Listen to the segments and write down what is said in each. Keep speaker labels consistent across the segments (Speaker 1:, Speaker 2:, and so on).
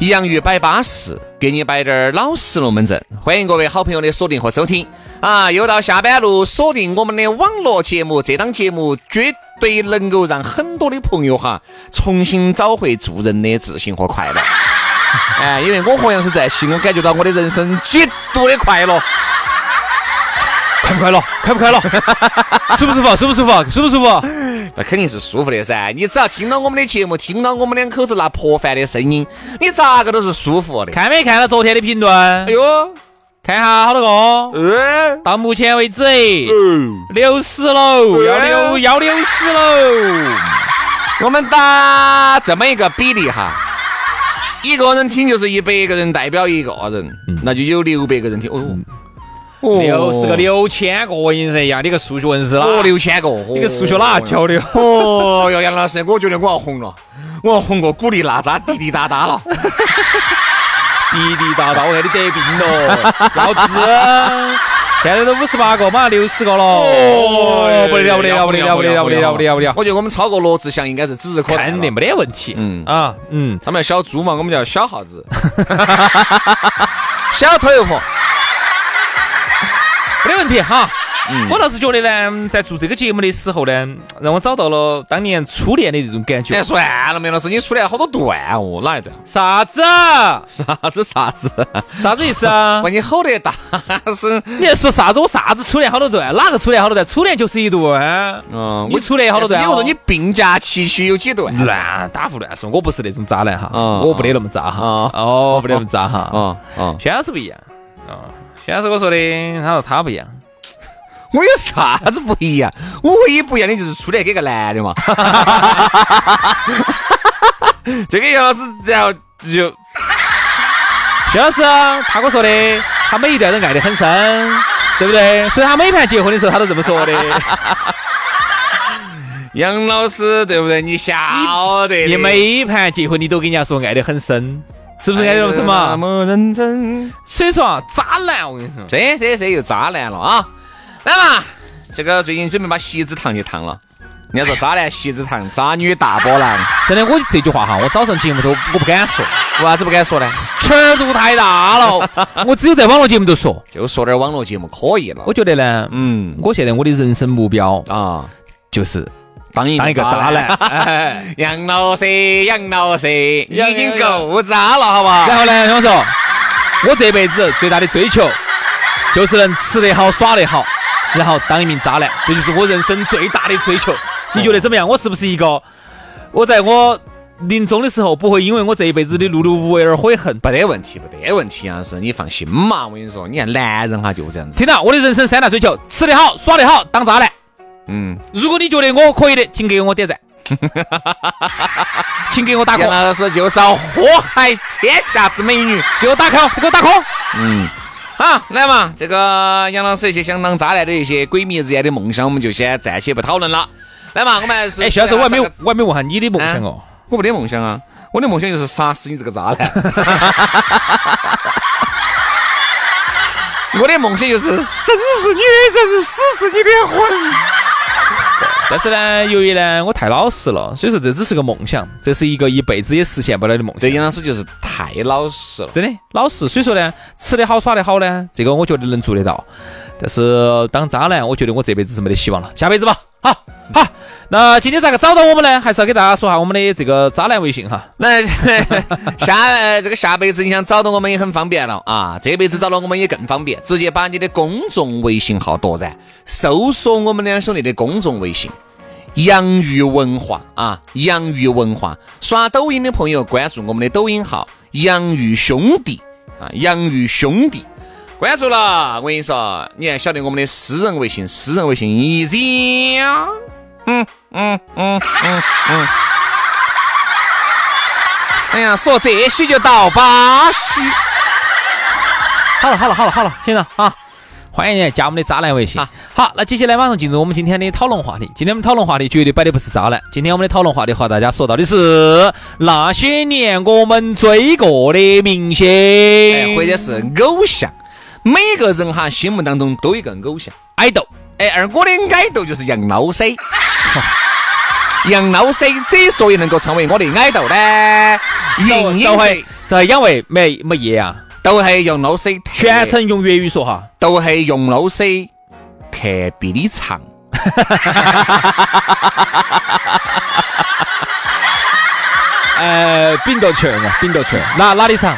Speaker 1: 洋芋摆巴适，给你摆点儿老实龙门阵。欢迎各位好朋友的锁定和收听啊！又到下班路，锁定我们的网络节目，这档节目绝对能够让很多的朋友哈重新找回做人的自信和快乐。哎，因为我和杨是在西，我感觉到我的人生极度的快乐。
Speaker 2: 快不快乐？快不快 乐？舒不舒服？舒不舒服？舒不舒服？啊
Speaker 1: 那肯定是舒服的噻！你只要听到我们的节目，听到我们两口子那破饭的声音，你咋个都是舒服的。
Speaker 3: 看没看到昨天的评论？
Speaker 1: 哎呦，
Speaker 3: 看一下好多个，哦
Speaker 2: 哎
Speaker 1: 嗯、
Speaker 3: 到目前为止六十喽，要
Speaker 2: 哎
Speaker 3: 六要六十喽。
Speaker 1: 我们打这么一个比例哈，一个人听就是一百个人代表一个人，
Speaker 2: 嗯
Speaker 1: 那就有六百个人听。哦，哦
Speaker 3: 六十个，六千个人噻呀！你个数学文是哪？
Speaker 1: 哦，六千个，
Speaker 3: 你
Speaker 1: 你
Speaker 3: 个数学哪教的？
Speaker 1: 哦哟，杨老师，我觉得我要红了，我要红过古力娜扎滴滴答答了。
Speaker 3: 滴滴答答，我看你得病 了，老子！啊现在都五十八个，马上六十个了。哦不得了，不得
Speaker 1: 哎
Speaker 3: 了，不得了，不得了，不得了，不得了，不得了！
Speaker 1: 我觉得我们超过罗志祥应该是指日可待
Speaker 3: 肯
Speaker 1: 了
Speaker 3: 定没得问题。
Speaker 1: 嗯
Speaker 3: 啊，嗯，
Speaker 1: 他们叫小猪嘛，我们叫小耗 子，小头油婆。
Speaker 3: 没得问题哈。我倒是觉得呢，在做这个节目的时候呢，让我找到了当年初恋的这种感觉
Speaker 1: 哎，。算了，梅老师，你出来好多段哦，哪一段？
Speaker 3: 啥子？
Speaker 1: 啥 子啥子？
Speaker 3: 啥子意思 啊
Speaker 1: 把？你吼得大声。
Speaker 3: 你在说啥子？我啥子初恋好多段？哪个初恋好多段？初恋就是一段。啊
Speaker 1: 嗯
Speaker 3: 你初恋好多段哦？
Speaker 1: 我说你病假期许有几段？
Speaker 3: 乱打胡乱说，我不是那种渣男哈，
Speaker 1: 嗯
Speaker 3: 我不得那么渣哈
Speaker 1: 嗯，
Speaker 3: 啊 哦，不得那么渣哈。
Speaker 1: 啊啊！
Speaker 3: 轩老师不一样啊，轩老师我说的，他说他不一样。
Speaker 1: 我有啥子不一样？我唯一不一样的就是出来给个男的嘛。 这个杨老师，然后就
Speaker 3: 薛老师他跟我说的，他每一段都爱得很深，对不对？所以他每盘结婚的时候，他都这么说的。
Speaker 1: 杨老师，对不对？你晓得的
Speaker 3: 你每盘结婚，你都跟人家说爱得很深，是不是爱得那么深
Speaker 1: 哎那
Speaker 3: 嘛？
Speaker 1: 么认真。
Speaker 3: 所以说啊，渣男，我跟你说，
Speaker 1: 这这这又渣男了啊！来嘛，这个最近准备把席子糖去烫了。人家说渣男席子糖，渣女大波浪，
Speaker 3: 真的，我这句话哈，我早上节目都我不敢说，
Speaker 1: 为啥子不敢说呢？
Speaker 3: 尺度太大了， 我只有在网络节目都说。
Speaker 1: 就说点网络节目可以了
Speaker 3: 我。觉得呢，
Speaker 1: 嗯
Speaker 3: 我现在我的人生目标
Speaker 1: 啊，
Speaker 3: 就是
Speaker 1: 当一
Speaker 3: 当一个渣男，哎
Speaker 1: 杨老师，杨老师，你已经够渣了，好不好？
Speaker 3: 然后呢，我说，哦我这辈子最大的追求就是能吃得好、耍得好，然后当一名渣男，这就是我人生最大的追求。你觉得怎么样？我是不是一个？我在我临终的时候不会因为我这一辈子的碌碌无为而悔恨。
Speaker 1: 没得问题，没得问题，杨老师，你放心嘛。我跟你说，你看男人哈就这样子。
Speaker 3: 听到我的人生三大追求：吃得好、耍得好、当渣男。
Speaker 1: 嗯，
Speaker 3: 如果你觉得我可以的，请给我点赞， 请给我打 call，
Speaker 1: 杨老师就遭祸害天下之美女。
Speaker 3: 给我打 call，给我打 call。
Speaker 1: 嗯，好，来嘛，这个杨老师一些相当渣男的一些鬼迷日眼的梦想，我们就先暂且不讨论了。来嘛，我们还是
Speaker 3: 哎，徐老师，我还没有，我还没问下你的梦想哦。
Speaker 1: 我没得梦想啊，我的梦想就是杀死你这个渣男。 我的梦想就是生是你的人，死是你的魂。
Speaker 3: 但是呢，由于呢我太老实了，所以说这只是个梦想，这是一个一辈子也实现不了的梦想
Speaker 1: 对，。杨老师就是太老实了。
Speaker 3: 真的老实，所以说呢，吃得好耍得好呢，这个我觉得能做得到。但是当渣男，我觉得我这辈子是没得希望了，下辈子吧。好，好，那今天咋个找到我们呢？还是要给大家说下我们的这个渣男微信哈。
Speaker 1: 那 下呃这个下辈子你想找到我们也很方便了啊，这辈子找到我们也更方便，直接把你的公众微信号夺然，搜索我们两兄弟的公众微信。洋芋文化啊，洋芋文化，刷抖音的朋友关注我们的抖音号“洋芋兄弟”啊，“洋芋兄弟”，关注了，我跟你说，你还晓得我们的私人微信，私人微信 easy，嗯嗯嗯嗯嗯，哎呀，说这些就到巴西，
Speaker 3: 好了好了好了好了，哎先生啊，欢迎加我们的渣男微信。
Speaker 1: 啊
Speaker 3: 好，那接下来马上进入我们今天的讨论话题。今天我们讨论话题绝对摆的不是渣男，今天我们的讨论话题和大家说到的是那些年我们追过的明星，
Speaker 1: 哎，或者是偶像，每个人哈心目当中都有一个偶像。
Speaker 3: 爱豆。
Speaker 1: 哎，而我的矮豆就是杨老师。杨老师之所以能够成为我的矮豆呢，原因
Speaker 3: 都
Speaker 1: 是
Speaker 3: 会这因为哎没没业啊，
Speaker 1: 都是杨老师特
Speaker 3: 全程用粤语说哈。
Speaker 1: 都是杨老师特别的长。
Speaker 3: 呃，饼豆球啊，饼豆球，哪哪里长？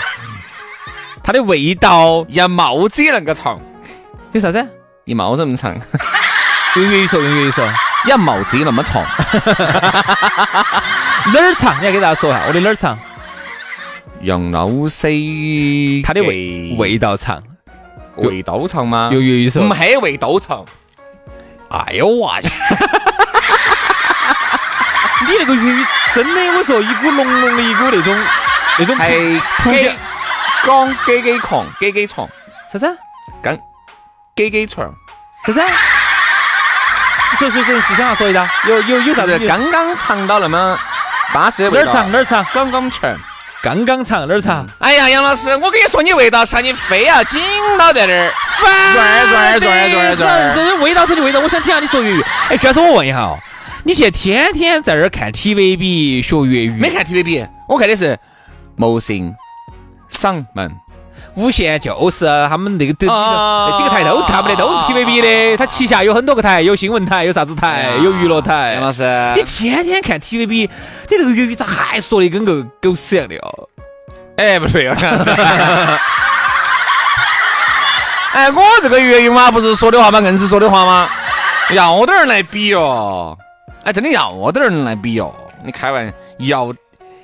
Speaker 3: 它的味道
Speaker 1: 杨帽子也能够长，
Speaker 3: 有啥子？
Speaker 1: 一毛这么长，
Speaker 3: 用粤语说，用粤语说，
Speaker 1: 杨帽子也那么长，
Speaker 3: 哪儿长？你要给大家说下，我的哪儿长？
Speaker 1: 杨老师
Speaker 3: 它的味味道长。
Speaker 1: 味道长吗？
Speaker 3: 用粤语说，
Speaker 1: 没味道长，
Speaker 3: 哎呦我去！你那个粤语真的，我说一股浓浓的一股那种那种
Speaker 1: 还给讲给给狂，给给长，
Speaker 3: 啥子啊？
Speaker 1: 跟给给长。
Speaker 3: 啥子啊？你说说说，是想要说一下，有有有啥
Speaker 1: 就
Speaker 3: 子
Speaker 1: 是
Speaker 3: 有？
Speaker 1: 刚刚尝到那么巴适的
Speaker 3: 哪
Speaker 1: 味
Speaker 3: 儿
Speaker 1: 道。
Speaker 3: 长哪儿长？
Speaker 1: 刚刚尝。
Speaker 3: 刚刚长哪儿长？
Speaker 1: 哎呀，杨老师，我跟你说，你味道差，你非要紧到在这儿。
Speaker 3: 转
Speaker 1: 转转转转
Speaker 3: 这味道成的味道，我想听下你说粤语。哎，徐老师，我问一下哦，你现在天天在这儿看 TVB 学粤语，
Speaker 1: 没看 TVB，我看的是《谋生》。上门，
Speaker 3: 无线就是他们那个都
Speaker 1: 哦
Speaker 3: 那几个台都是他们的，都是 TVB 的，它旗下有很多个台，有新闻台，有啥子台，有娱乐台
Speaker 1: 杨。老师，
Speaker 3: 你天天看 TVB，你这个粤语咋还说的跟个狗屎一样的哦？
Speaker 1: 哎，不对，杨老师，哎，我这个粤语嘛，不是说的话嘛，硬是说的话吗？要得人来比哦，哎，真的要得人来比哦，你开玩要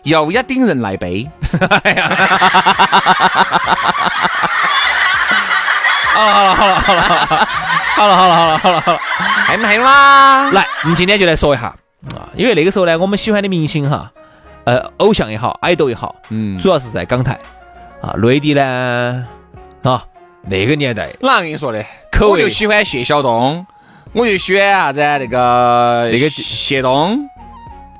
Speaker 1: 要一顶人来 背。
Speaker 3: 好了好了好了好了，
Speaker 1: 还没啦？
Speaker 3: 来，我们今天就来说一下啊，因为那个时候呢，我们喜欢的明星哈，呃，偶像也好，爱豆也好，
Speaker 1: 嗯
Speaker 3: 主要是在港台啊，内地呢啊那个年代
Speaker 1: 哪跟你说的？
Speaker 3: 口
Speaker 1: 我
Speaker 3: 味
Speaker 1: 就喜欢谢晓东，我就喜欢啥子啊那个
Speaker 3: 那个
Speaker 1: 谢东，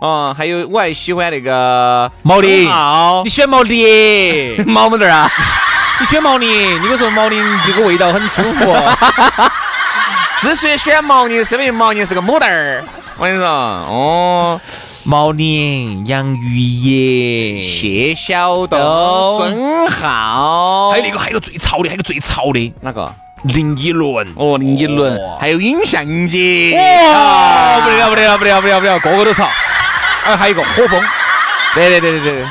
Speaker 1: 啊，还有我还喜欢那个
Speaker 3: 毛宁
Speaker 1: 毛
Speaker 3: 哎你喜欢毛 宁，你
Speaker 1: 毛毛豆啊，
Speaker 3: 喜欢毛宁，你跟我说毛宁这个味道很舒服，哦
Speaker 1: 之所以喜欢毛宁，是因为毛宁是个母蛋儿。我跟你说，哦，
Speaker 3: 毛宁、杨钰莹，
Speaker 1: 谢晓东、
Speaker 3: 懂
Speaker 1: 孙浩，
Speaker 3: 还有那个还有最潮的，还有最潮的
Speaker 1: 哪个？
Speaker 3: 林依轮，
Speaker 1: 哦，林依轮
Speaker 3: 哦，
Speaker 1: 还有尹相杰，
Speaker 3: 哇，
Speaker 1: 啊
Speaker 3: 不得了不得了不得了不得了不得了，个个都潮，哎，还有一个火风。
Speaker 1: 对对对对对。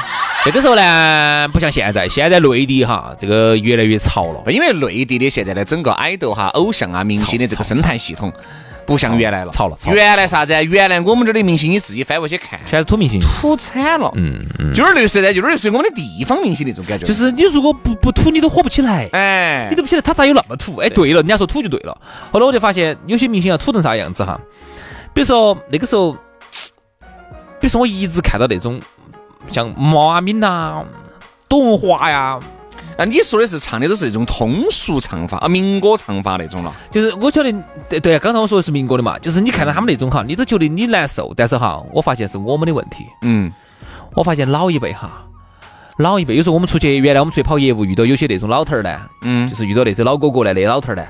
Speaker 3: 那个时候呢，不像现在，现在内地哈，这个越来越潮了。
Speaker 1: 因为内地的现在的整个爱豆哈、偶像啊、明星的这个生态系统，不像原来了，
Speaker 3: 操了操了
Speaker 1: 原来啥子啊？原来我们这儿的明星，你自己翻过去看，
Speaker 3: 全是土明星，
Speaker 1: 土惨了。嗯嗯，就是类似的，就是类似于我们的地方明星那种感觉。
Speaker 3: 就，是你如果不不土，你都火不起来，
Speaker 1: 哎，
Speaker 3: 你都不晓得他咋有那么土。哎，对了，人家说土就对了。后来我就发现有些明星要土成啥样子哈，比如说那个时候，比如说我一直看到那种像毛阿敏呐、董文华呀，
Speaker 1: 啊，你说的是唱的都是那种通俗唱法啊，民歌唱法那种了。
Speaker 3: 就是我晓得，对对，刚才我说的是民国的嘛，就是你看到他们那种哈，你都觉得你难受，但是哈，我发现是我们的问题。
Speaker 1: 嗯，
Speaker 3: 我发现老一辈哈，老一辈有时候我们出去，原来我们出去跑业务，遇到有些那种老头儿呢，
Speaker 1: 嗯
Speaker 3: 就是遇到那些老哥哥呢，那老头儿呢，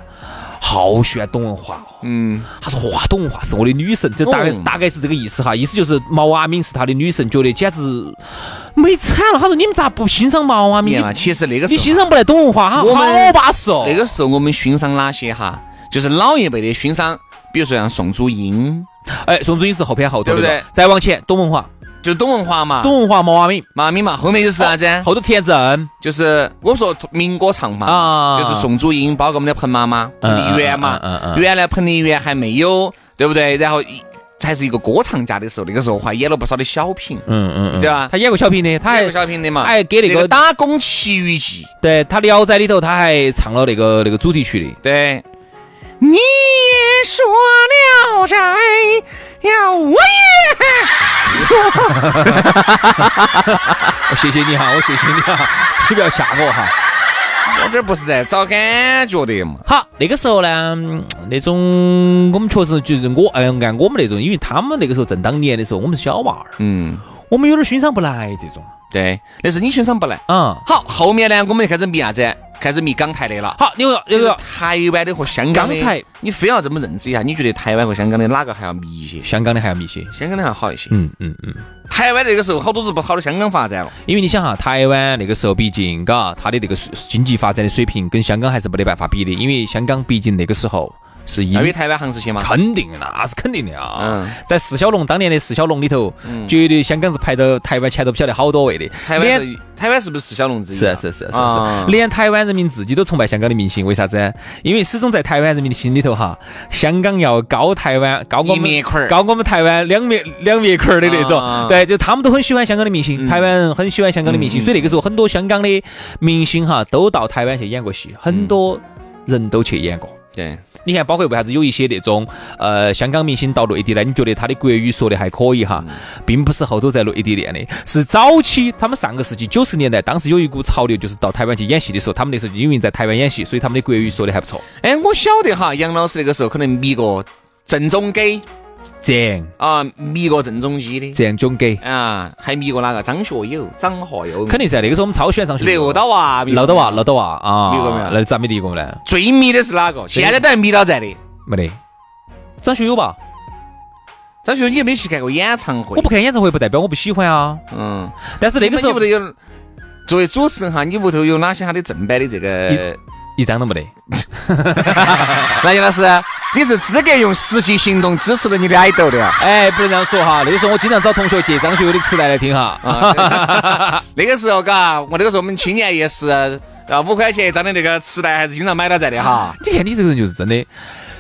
Speaker 3: 好喜欢董文华哦。
Speaker 1: 嗯，
Speaker 3: 他说：“哇，董文华是我的女神，就大概、
Speaker 1: 哦
Speaker 3: 大概是这个意思哈。意思就是毛阿敏是他的女神，觉得简直美惨了。他说你们咋不欣赏毛阿
Speaker 1: 你
Speaker 3: 敏？
Speaker 1: 看嘛，
Speaker 3: 你
Speaker 1: 其实那个时
Speaker 3: 你
Speaker 1: 候
Speaker 3: 欣赏不来董文华，好
Speaker 1: 我们
Speaker 3: 巴适哦。
Speaker 1: 那个时候我们欣赏哪些哈？就是老一辈的欣赏，比如说像宋祖英，
Speaker 3: 哎，宋祖英是后偏后头，
Speaker 1: 对不对
Speaker 3: 吧再往前，董文华，
Speaker 1: 就董文华嘛，
Speaker 3: 董文华毛阿敏，
Speaker 1: 妈咪嘛，后面就是啥子？啊
Speaker 3: 后头田震，
Speaker 1: 就是我们说民歌唱嘛，
Speaker 3: 啊
Speaker 1: 就是宋祖英，包括我们的彭妈妈、彭
Speaker 3: 嗯
Speaker 1: 丽媛嘛
Speaker 3: 嗯嗯嗯，嗯
Speaker 1: 原来彭丽媛还没有，对不对？然后一还是一个歌唱家的时候，那个时候还演了不少的小品，
Speaker 3: 嗯嗯
Speaker 1: 对吧？
Speaker 3: 他演过小品的，他
Speaker 1: 还有
Speaker 3: 还
Speaker 1: 小品的嘛，
Speaker 3: 还给那个
Speaker 1: 《打工奇遇记》，
Speaker 3: 对他《聊斋》里头他还唱了那个那个主题曲 的。
Speaker 1: 对。你也说聊斋呀，我 也
Speaker 3: 我哦谢谢你哈，我谢谢你哈，你不要吓我哈。
Speaker 1: 我这不是在找感觉的嘛？
Speaker 3: 好，那个时候呢，嗯那种我们确实就是我，哎，按我们那种，因为他们那个时候正当年的时候，我们是小娃儿，
Speaker 1: 嗯，
Speaker 3: 我们有点欣赏不来这种
Speaker 1: 对，那是你欣赏不来。
Speaker 3: 啊。
Speaker 1: 好，后面呢，我们就开始迷啥子？开始迷港台的了。
Speaker 3: 好，你说那
Speaker 1: 就是
Speaker 3: 个
Speaker 1: 台湾的和香港的，
Speaker 3: 刚才
Speaker 1: 你非要这么认知一下，你觉得台湾和香港的哪个还要迷一些？
Speaker 3: 香港的还要密些，
Speaker 1: 香港的还好一些。
Speaker 3: 嗯嗯嗯，
Speaker 1: 台湾那个时候好多是不跑到香港发展了，
Speaker 3: 因为你想哈，台湾那个时候毕竟，嘎，它的那个水经济发展的水平跟香港还是没得办法比的，因为香港毕竟那个时候是英
Speaker 1: 要比台湾行这些嘛。
Speaker 3: 肯定的那是肯定的啊！
Speaker 1: 嗯
Speaker 3: 在四小龙当年的四小龙里头，绝对香港是排到台湾前头不晓得好多位的。
Speaker 1: 台湾
Speaker 3: 连啊
Speaker 1: 是台湾是不是四小龙之一？
Speaker 3: 是啊是啊是啊是啊
Speaker 1: 啊
Speaker 3: 是，连台湾人民自己都崇拜香港的明星，为啥子？因为始终在台湾人民的心里头哈，香港要高台湾，高我
Speaker 1: 一
Speaker 3: 们
Speaker 1: 面块儿
Speaker 3: 高我们台湾两面两面块儿的那种
Speaker 1: 啊。
Speaker 3: 对，就他们都很喜欢香港的明星，台湾人很喜欢香港的明星，所以那个时候很多香港的明星哈都到台湾去演过戏，很多人都去演过。
Speaker 1: 对，
Speaker 3: 你看，包括为啥子有一些那种呃香港明星到内地来，你觉得他的国语说的还可以哈，并不是后头在内地练的，是早期他们上个世纪九十年代，当时有一股潮流，就是到台湾去演戏的时候，他们那时候就因为在台湾演戏，所以他们的国语说的还不错。
Speaker 1: 哎，我晓得哈，杨老师那个时候可能迷过正宗给
Speaker 3: 郑
Speaker 1: 啊，迷过郑中基的
Speaker 3: 郑炯基，
Speaker 1: 啊，还迷过哪个张学友、张学友、
Speaker 3: 肯定是啊那个时候我们超喜欢上学的
Speaker 1: 刘德华、
Speaker 3: 刘德华，，刘德华啊，
Speaker 1: 有过没有
Speaker 3: 那咋没得过呢？
Speaker 1: 最迷的是哪个？现在都还迷到在的。
Speaker 3: 没得。张学友吧，
Speaker 1: 张学友，你有没有去看过演唱会？
Speaker 3: 我不，看演唱会不代表我不喜欢啊，
Speaker 1: 嗯。
Speaker 3: 但是那个时
Speaker 1: 你屋
Speaker 3: 候
Speaker 1: 头有作为主持人哈，你屋头有哪些他的正版的这个？
Speaker 3: 一张都没得。
Speaker 1: 那杨老师，你是资格用实际行动支持了你的爱豆的啊。
Speaker 3: 哎，不能这样说哈，那个时候我经常找同学借张学友的磁带来听哈。
Speaker 1: 啊对那个时候，嘎，我那个时候我们青年夜市啊，五块钱一张的那个磁带还是经常买到在的哈。
Speaker 3: 你看你这个人就是真的，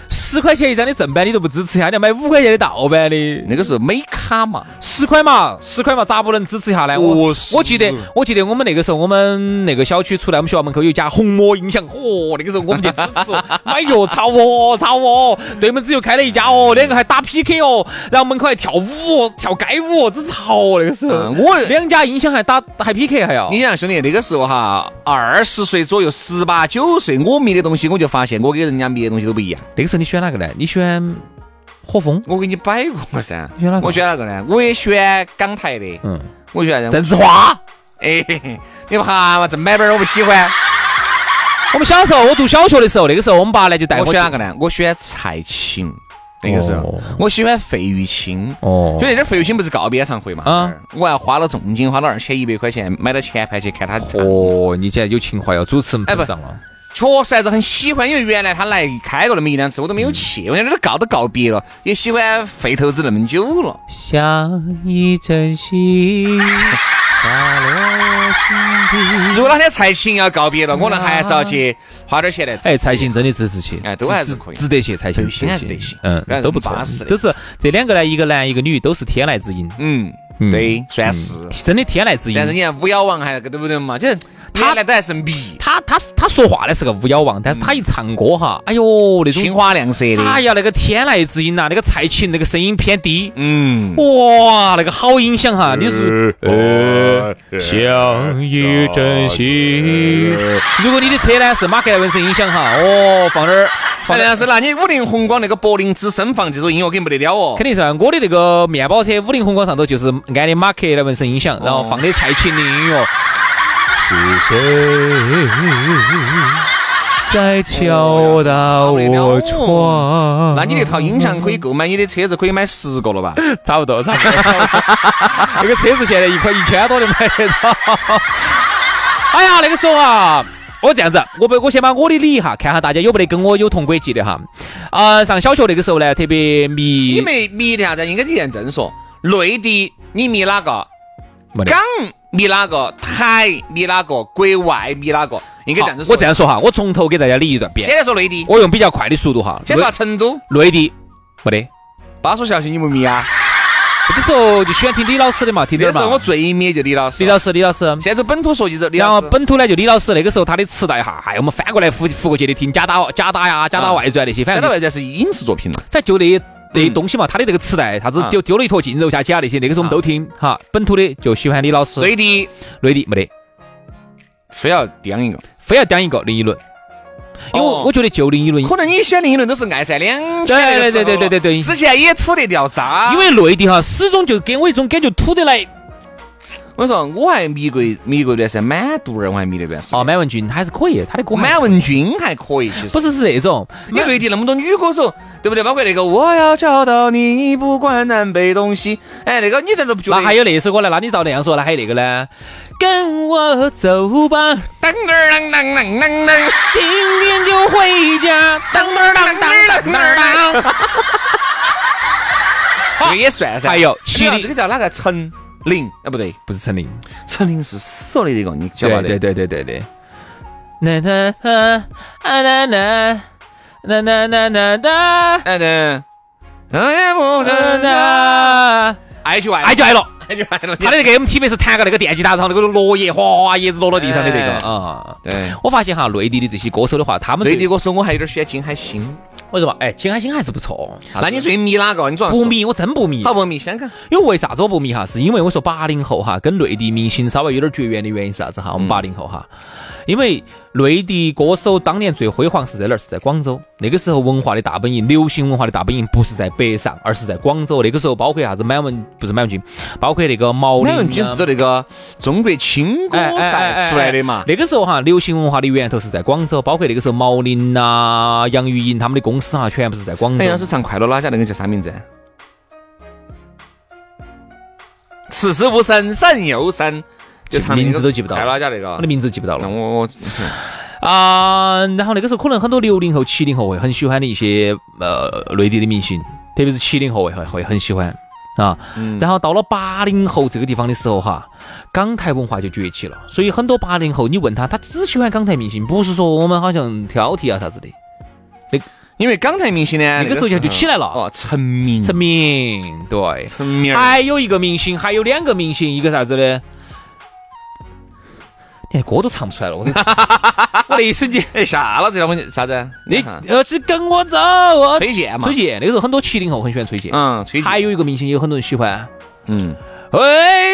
Speaker 3: 十块钱一张的正版你都不支持一下，啊你要买五块钱的盗版的，
Speaker 1: 那个时候美卡嘛，
Speaker 3: 十块嘛，十块嘛，咋不能支持一下呢？我
Speaker 1: 哦是
Speaker 3: 我记得我记得我们那个时候，我们那个小区出来，我们学校门口有一家红魔音响，哦，那个时候我们就支持哦， 买哟，操哦，操哦，对门只有开了一家哦，两个还打 PK 哦，然后门口还跳舞哦，跳街舞哦，真潮哦，那个时候，
Speaker 1: 嗯我
Speaker 3: 两家音响还打还 PK 还要
Speaker 1: 你，想兄弟，那个时候哈，二十岁左右，十八九岁，我迷的东西，我就发现我跟人家迷的东西都不一样。
Speaker 3: 那个时候你选哪个呢？你选火 风，
Speaker 1: 我给你摆过噻
Speaker 3: 你选哪，个
Speaker 1: 我选哪个呢？我也选港台的，
Speaker 3: 嗯，
Speaker 1: 我选
Speaker 3: 郑智化。
Speaker 1: 哎，嘿嘿你怕嘛？正版本儿我不喜欢。
Speaker 3: 我们小时候，我读小学的时候，那个时候我们爸呢就带我
Speaker 1: 我选
Speaker 3: 去
Speaker 1: 哪个呢？我选蔡琴。那个时候
Speaker 3: 哦，
Speaker 1: 我喜欢费玉清。
Speaker 3: 哦
Speaker 1: 就那阵儿费玉清不是告别演唱会嘛？
Speaker 3: 啊
Speaker 1: 我还花了重金，花了二千一百块钱买了前排去看他唱。
Speaker 3: 哦，你竟然有情怀要主持人
Speaker 1: 哎不
Speaker 3: 膨胀了。
Speaker 1: 确实还是很喜欢，因为原来他来开过那么一两次，我都没有
Speaker 3: 嗯
Speaker 1: 去。我想这都告都告别了，也喜欢费头子那么久了。
Speaker 3: 像一阵星洒落我心
Speaker 1: 如果哪天蔡琴要告别了，我能还是要去花点钱来支
Speaker 3: 嗯
Speaker 1: 持。
Speaker 3: 哎，蔡琴真的支持去，
Speaker 1: 哎都还是可以
Speaker 3: 值值得去，蔡琴
Speaker 1: 费玉清还是得去还
Speaker 3: 嗯，
Speaker 1: 是
Speaker 3: 都不错
Speaker 1: 巴适，的
Speaker 3: 都是这两个呢，一个男一个女，都是天籁之音，
Speaker 1: 嗯，
Speaker 3: 嗯
Speaker 1: 对，算是。
Speaker 3: 真的天籁之音
Speaker 1: 但。是你看巫妖王还对不对嘛？就是他那都还是迷，
Speaker 3: 他他他说话呢是个巫妖王，但是他一唱歌哈，哎呦那
Speaker 1: 青
Speaker 3: 种，
Speaker 1: 花亮色的。
Speaker 3: 哎呀那个天籁之音呐，啊那个蔡琴那个声音偏低，
Speaker 1: 嗯，
Speaker 3: 哇，那个好音响哈！你是呃，像一阵星。如果你的车呢是马克莱文森音响哈，哦，放点儿，放
Speaker 1: 反
Speaker 3: 点
Speaker 1: 正
Speaker 3: 儿。
Speaker 1: 是拿你五菱宏光那个柏林之声放这首音乐肯定不得 了哦。
Speaker 3: 肯定是啊我的那个面包车五菱宏光上头就是安的马克莱文森音响，然后放的蔡琴的音乐。是谁在敲打我窗？
Speaker 1: 那你那套音响可以购买你的车子，可以买十个了吧？
Speaker 3: 差不多，差不多。那个车子现在一块一千多的买得到。哎呀，那个时候啊，我这样子，我不，我先把我的理一下，看下大家有没得跟我有同轨记的哈。啊、上小学那个时候呢，特别迷，
Speaker 1: 你没迷的啥子？应该你认真说，内地你迷哪个？
Speaker 3: 没得
Speaker 1: 港迷哪个？台迷哪个？国外迷哪个？应该这样子
Speaker 3: 好
Speaker 1: 说。
Speaker 3: 我这样说哈，我从头给大家理一段遍
Speaker 1: 先，来说内地，
Speaker 3: 我用比较快的速度哈。
Speaker 1: 先说下成都，
Speaker 3: 内内地没得，
Speaker 1: 巴蜀校区你不 迷啊？
Speaker 3: 那个时候就喜欢听李老师的嘛，听
Speaker 1: 那
Speaker 3: 点
Speaker 1: 时候我
Speaker 3: 嘛。
Speaker 1: 最迷就李老师，
Speaker 3: 李老师，李老师。
Speaker 1: 现在是本土说记者李
Speaker 3: 然后
Speaker 1: 老师。
Speaker 3: 本土呢，就李老师那个时候他的磁带哈，哎，我们翻过来覆覆过去的听假打假打呀、假打外传那些，反
Speaker 1: 现
Speaker 3: 正
Speaker 1: 在
Speaker 3: 就
Speaker 1: 外在是影视作品了，
Speaker 3: 反正就那一那一东西嘛，他的那个磁带，啥子
Speaker 1: 啊
Speaker 3: 丢丢了一坨进肉下去啊那些，那个时候我们都听哈。本土的就喜欢李老师，
Speaker 1: 内地
Speaker 3: 内地没得，
Speaker 1: 非要颠一个。
Speaker 3: 非要讲一个林依轮，因为
Speaker 1: 哦
Speaker 3: 我我觉得就林依轮，
Speaker 1: 可能你选另一轮都是爱在两千年
Speaker 3: 对对对
Speaker 1: 的时候
Speaker 3: 对对对
Speaker 1: 之前也土得掉渣。
Speaker 3: 因为内地哈始终就给我一种感觉土得来。
Speaker 1: 我说我还迷过迷过一段时间，满肚儿我还迷了一段时
Speaker 3: 哦，
Speaker 1: 间。
Speaker 3: 满文军他还是可以，他的歌还
Speaker 1: 满文军还可以，其实
Speaker 3: 不是是那种，
Speaker 1: 你内地那么多女歌手，对不对？包括那个我要找到你，不管南北东西。哎，那个你在都不觉得？
Speaker 3: 那还有那首歌呢？那你照那样说，那还有那个 呢？跟我走吧，
Speaker 1: 当当当当当当当，
Speaker 3: 今天就回家。
Speaker 1: 当当当当当 当当。这个也算噻。
Speaker 3: 还有七
Speaker 1: 这个
Speaker 3: 里
Speaker 1: 这个叫哪个陈琳？哎，不对，
Speaker 3: 不是陈琳，
Speaker 1: 陈琳是死的那个，你晓得吧？
Speaker 3: 对对对对对。那那那那那那那那那那
Speaker 1: 哎对，哎呀，我
Speaker 3: 呃
Speaker 1: 哎
Speaker 3: 那，
Speaker 1: 爱就爱，
Speaker 3: 爱哎就爱了。
Speaker 1: 爱就爱了。
Speaker 3: 他的那个 MTV 是弹个那个电吉他，然后那个落叶哗哗叶子落到地上的那个
Speaker 1: 哎
Speaker 3: 啊。
Speaker 1: 对，
Speaker 3: 我发现哈，内地的这些歌手的话，他们
Speaker 1: 内地
Speaker 3: 最，
Speaker 1: 歌手我还有点喜欢金海心。
Speaker 3: 我跟你说嘛，哎，金海心还是不错。
Speaker 1: 那你最迷哪个？你主要
Speaker 3: 不迷？我真不迷。
Speaker 1: 好不迷香港？
Speaker 3: 因为为啥子我不迷哈？是因为我说八零后哈，跟内地明星稍微有点绝缘的原因是啥子哈？我们八零后哈，因为内地歌手当年最辉煌是在哪儿？是在广州。那个时候文化的大本营，流行文化的大本营不是在北上，而是在广州。那个时候包括啥子满文不是满文军，包括那个毛
Speaker 1: 那
Speaker 3: 宁
Speaker 1: 你
Speaker 3: 啊
Speaker 1: 是走那个中国青歌
Speaker 3: 哎哎哎
Speaker 1: 赛
Speaker 3: 哎
Speaker 1: 出来的嘛？
Speaker 3: 那个时候哈，流行文化的源头是在广州，包括那个时候毛宁呐、杨钰莹他们的公司哈，全部是在广州
Speaker 1: 哎，。当时唱《快乐拉家》那个叫啥名字？此时无声胜有声，就唱那个
Speaker 3: 名字都记不到
Speaker 1: 快乐拉家那
Speaker 3: 我
Speaker 1: 个
Speaker 3: 的。名字记不到了
Speaker 1: 那。我我
Speaker 3: 啊、然后那个时候可能很多六零后、七零后会很喜欢的一些呃内地的明星，特别是七零后会会会很喜欢啊。
Speaker 1: 嗯
Speaker 3: 然后到了八零后这个地方的时候哈，港台文化就崛起了，所以很多八零后你问他，他只喜欢港台明星，不是说我们好像挑剔啊啥子的。
Speaker 1: 因为港台明星呢，
Speaker 3: 哎那个时候嗯就就起来了
Speaker 1: 哦，哎成名，
Speaker 3: 陈明，对，
Speaker 1: 成名儿，
Speaker 3: 还有一个明星，还有两个明星，一个啥子呢？连歌都唱不出来了，我 都我那一瞬间。
Speaker 1: 哎，下了这两分啥子？
Speaker 3: 你
Speaker 1: 看
Speaker 3: 要是跟我走，我
Speaker 1: 崔健啊嘛
Speaker 3: 崔，健那个时候很多七零后很喜欢崔健，
Speaker 1: 嗯，崔健，
Speaker 3: 还有一个明星也有很多人喜欢，
Speaker 1: 嗯，
Speaker 3: 回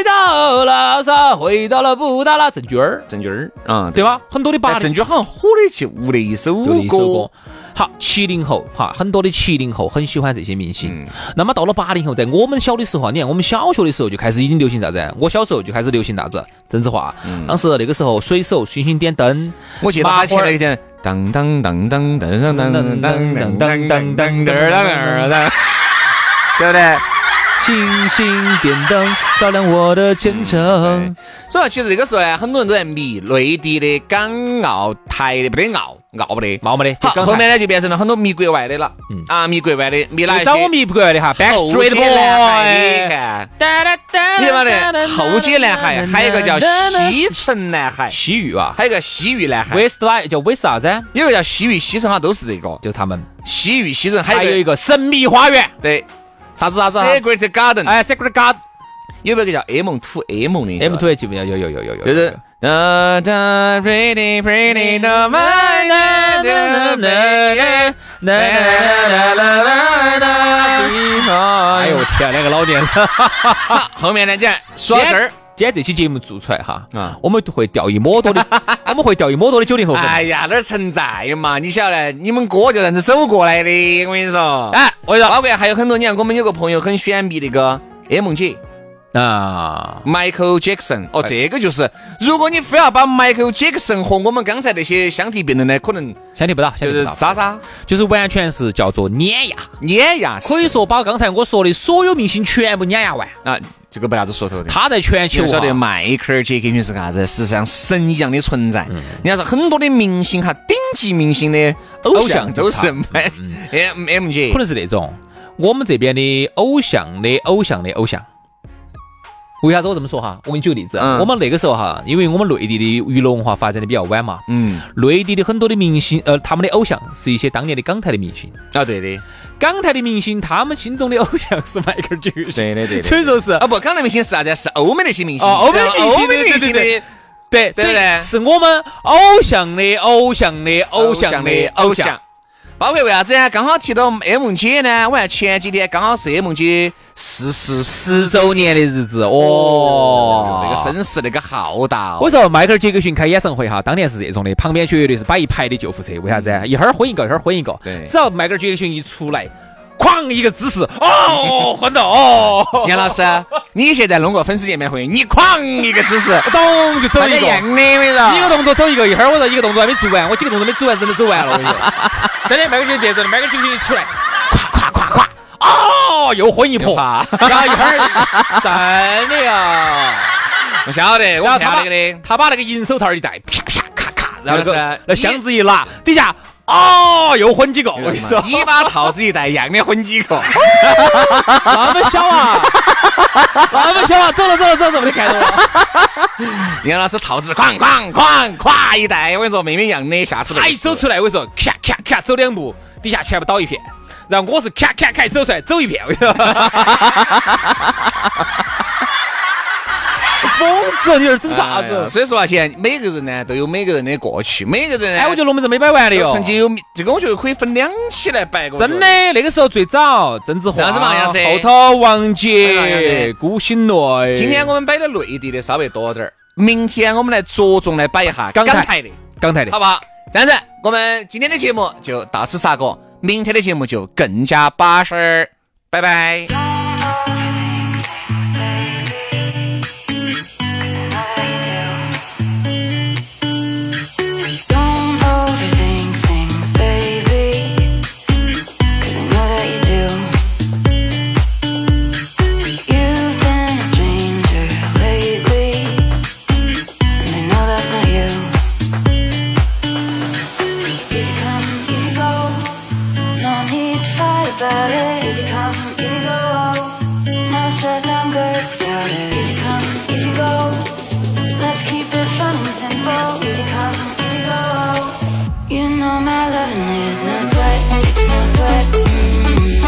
Speaker 3: 到了啥？回到了布达拉郑钧儿，
Speaker 1: 郑钧儿，嗯，
Speaker 3: 对吧？很多的八
Speaker 1: 郑
Speaker 3: 零
Speaker 1: 钧好像火的就无的一首
Speaker 3: 就那一首
Speaker 1: 歌
Speaker 3: 歌，。好，七零后哈，很多的七零后很喜欢这些明星。
Speaker 1: 嗯
Speaker 3: 那么到了八零后，在我们小的时候啊，你看我们小学的时候就开始已经流行啥
Speaker 1: 嗯
Speaker 3: 子？我小时候就开始流行啥子？郑智化。当时那个时候，水手、星星点灯，
Speaker 1: 我记得
Speaker 3: 麻花
Speaker 1: 他前
Speaker 3: 儿
Speaker 1: 那一天，当当当当当当当当当当当当当当当，对不对？
Speaker 3: 星星点灯，照亮我的前
Speaker 1: 嗯
Speaker 3: 程。
Speaker 1: 所以其实这个时候呢，很多人都在迷内地的、港澳台的，不得澳，澳不得。
Speaker 3: 冒没得，就
Speaker 1: 好，
Speaker 3: 刚
Speaker 1: 后
Speaker 3: 才
Speaker 1: 面呢就变成了很多迷国外的了，
Speaker 3: 嗯
Speaker 1: 啊，迷国外的，迷哪
Speaker 3: 就
Speaker 1: 一些？
Speaker 3: 找我迷不过来的哈，Backstreet
Speaker 1: 你
Speaker 3: Boy。
Speaker 1: 看，你看嘛的，后街男孩， 还有一个叫西城男孩，
Speaker 3: 西域啊
Speaker 1: 还有一个西域男孩，
Speaker 3: ，Westlife 叫 West 啥子？
Speaker 1: 有一个叫西域西城，好像啊都是这个
Speaker 3: 就他们。
Speaker 1: 西域西城，还
Speaker 3: 还
Speaker 1: 有
Speaker 3: 有
Speaker 1: 一
Speaker 3: 一
Speaker 1: 个
Speaker 3: 个神秘花园，
Speaker 1: 对
Speaker 3: 啥子啥子啥子？
Speaker 1: Secret Garden，
Speaker 3: 哎，Secret God
Speaker 1: 有没有一个叫 M to M 的？
Speaker 3: M two 记不记得？有有有有有，
Speaker 1: 就是。哒哒，pretty pretty 的 my 哒哒哒哒。
Speaker 3: 哎呦我天啊，两个老年人。
Speaker 1: 后面呢，你看说到这儿，
Speaker 3: 今天这期节目做出来哈，
Speaker 1: 啊
Speaker 3: 我们会掉一抹多 的，我们会掉一抹多的九零后粉。
Speaker 1: 哎呀，哪儿存在嘛？你晓得，你们哥就这样子走过来的，我跟你说。
Speaker 3: 哎，我跟你说，
Speaker 1: 包括还有很多，你看我们有个朋友很喜欢迷那个 M 姐，
Speaker 3: 啊，
Speaker 1: Michael Jackson，哦，
Speaker 3: 哎
Speaker 1: 这个就是，如果你非要把 Michael Jackson 和我们刚才那些相提并论呢，可能
Speaker 3: 相提不到，相
Speaker 1: 就
Speaker 3: 提不
Speaker 1: 是
Speaker 3: 到，
Speaker 1: 渣渣
Speaker 3: 就是完全是叫做碾压，
Speaker 1: 碾压式，
Speaker 3: 可以说把刚才我说的所有明星全部碾压完。
Speaker 1: 啊，这个没啥子说头的。
Speaker 3: 他在全
Speaker 1: 你
Speaker 3: 球
Speaker 1: 要
Speaker 3: 啊
Speaker 1: 晓得，迈克尔·杰克逊是啥子？是像神一样的存在。
Speaker 3: 嗯
Speaker 1: 你要说很多的明星哈，顶级明星的偶
Speaker 3: 偶
Speaker 1: 像
Speaker 3: 像
Speaker 1: 都
Speaker 3: 就是
Speaker 1: 是
Speaker 3: 他嗯
Speaker 1: M M J，
Speaker 3: 可能是那种我们这边的偶像的偶像的偶像。为啥子我这么说哈？我给你举个例子，
Speaker 1: 嗯
Speaker 3: 我们那个时候哈，因为我们内地的娱乐文化发展的比较晚嘛，
Speaker 1: 嗯，
Speaker 3: 内地的很多的明星，呃，他们的偶像是一些当年的港台的明星，
Speaker 1: 啊，对的，
Speaker 3: 港台的明星他们心中的偶像是迈克尔·杰克逊，
Speaker 1: 对的对的
Speaker 3: 所以说是
Speaker 1: 啊不，港台明星是啥子？是欧美那些明星，
Speaker 3: 哦欧美
Speaker 1: 然后
Speaker 3: 明星
Speaker 1: 欧美
Speaker 3: 对
Speaker 1: 明
Speaker 3: 对
Speaker 1: 星
Speaker 3: 对
Speaker 1: 的
Speaker 3: 啊对，
Speaker 1: 对不对
Speaker 3: 是我们偶像的偶像的偶像的偶像。。
Speaker 1: 包括为啥子呢？刚好提到 M 姐呢，我看前几天刚好是 M 姐逝世
Speaker 3: 十周年的日子哦，
Speaker 1: 那个声势那个浩大哦，
Speaker 3: 我说迈克尔·杰克逊开演唱会哈，当年是这种的，旁边绝对是摆一排的救护车，为啥子啊？一会儿昏一个，一会儿昏一个。
Speaker 1: 对
Speaker 3: 只要迈克尔·杰克逊一出来，哐一个姿势，哦，昏了哦，
Speaker 1: 杨老师，啊你现在弄个粉丝见面会，你哐一个姿 势，
Speaker 3: 咚就走
Speaker 1: 那
Speaker 3: 一
Speaker 1: 个
Speaker 3: 个
Speaker 1: 样，的，没
Speaker 3: 一个
Speaker 1: 得？
Speaker 3: 动作走一个，一会儿我说一个动作还没做完，我几个动作没做完，人都走完了。我跟你 说，真的，迈克尔·杰克逊这种的，迈克尔·杰克逊一出来，咵咵咵咵，哦，又昏一泼，然后一会儿，真的呀。
Speaker 1: 我晓得，我
Speaker 3: 然后
Speaker 1: 看
Speaker 3: 他
Speaker 1: 到
Speaker 3: 把
Speaker 1: 那个的，
Speaker 3: 他把那个银手套一戴，啪啪咔咔，然后
Speaker 1: 那个
Speaker 3: 是那箱子一拿，底下哦又混几个，我跟你说，
Speaker 1: 一把套子一戴，样的混几个，
Speaker 3: 那么小啊，那么小啊，走了走了走了走了，你看着我，
Speaker 1: 杨老师套子哐哐哐咵一戴，我跟你说，妹妹样的，下次
Speaker 3: 他
Speaker 1: 累
Speaker 3: 一
Speaker 1: 死
Speaker 3: 走出来，我跟你说咔咔咔走两步，底下全部倒一片，然后我是咔咔咔走出来走一片，我跟你说。疯子，你这是整 啥
Speaker 1: 哎呀
Speaker 3: 子？
Speaker 1: 所以说啊，现在每个人呢都有每个人的过去，每个人呢，
Speaker 3: 哎，我觉得龙门阵没摆完的
Speaker 1: 都
Speaker 3: 哟。
Speaker 1: 曾经有这个，我觉得可以分两期来摆过。
Speaker 3: 真，的，哎那个时候最早郑智化，
Speaker 1: 这样子嘛杨
Speaker 3: 后
Speaker 1: 师
Speaker 3: 头王
Speaker 1: 哎呀杨
Speaker 3: 杰
Speaker 1: 师、
Speaker 3: 古新乐。
Speaker 1: 今天我们摆的内地的稍微多点儿，明天我们来着重来摆一下
Speaker 3: 港台
Speaker 1: 的，
Speaker 3: 港台的
Speaker 1: 好，不好？这样子，我们今天的节目就到此杀过，明天的节目就更加巴适儿，拜拜。
Speaker 4: Don't overthink things, baby. 'Cause I know that you do. You've been a stranger lately, and I know that's not you. Easy come, easy go. No need to fight about it. Easy come, easy go. No stress, I'm good without it. Easy come, easy go. Let's keep it fun and simple. Easy come, easy go. You know my loving is no sweat, it's no sweat. mm.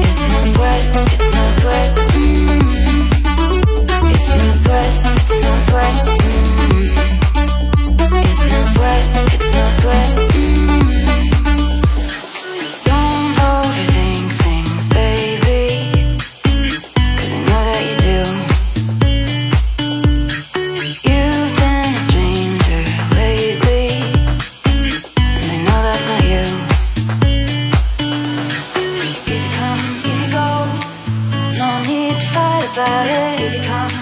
Speaker 4: It's no sweat, it's no sweat. mm. It's no sweat, it's no sweat. mm. It's no sweat, it's no sweat. mm. Don't overthink things, baby. 'Cause I know that you do. You've been a stranger lately, and I know that's not you. Easy come, easy go. No need to fight about it. Easy come, mm-hmm. mm-hmm. mm. mm. mm. mm.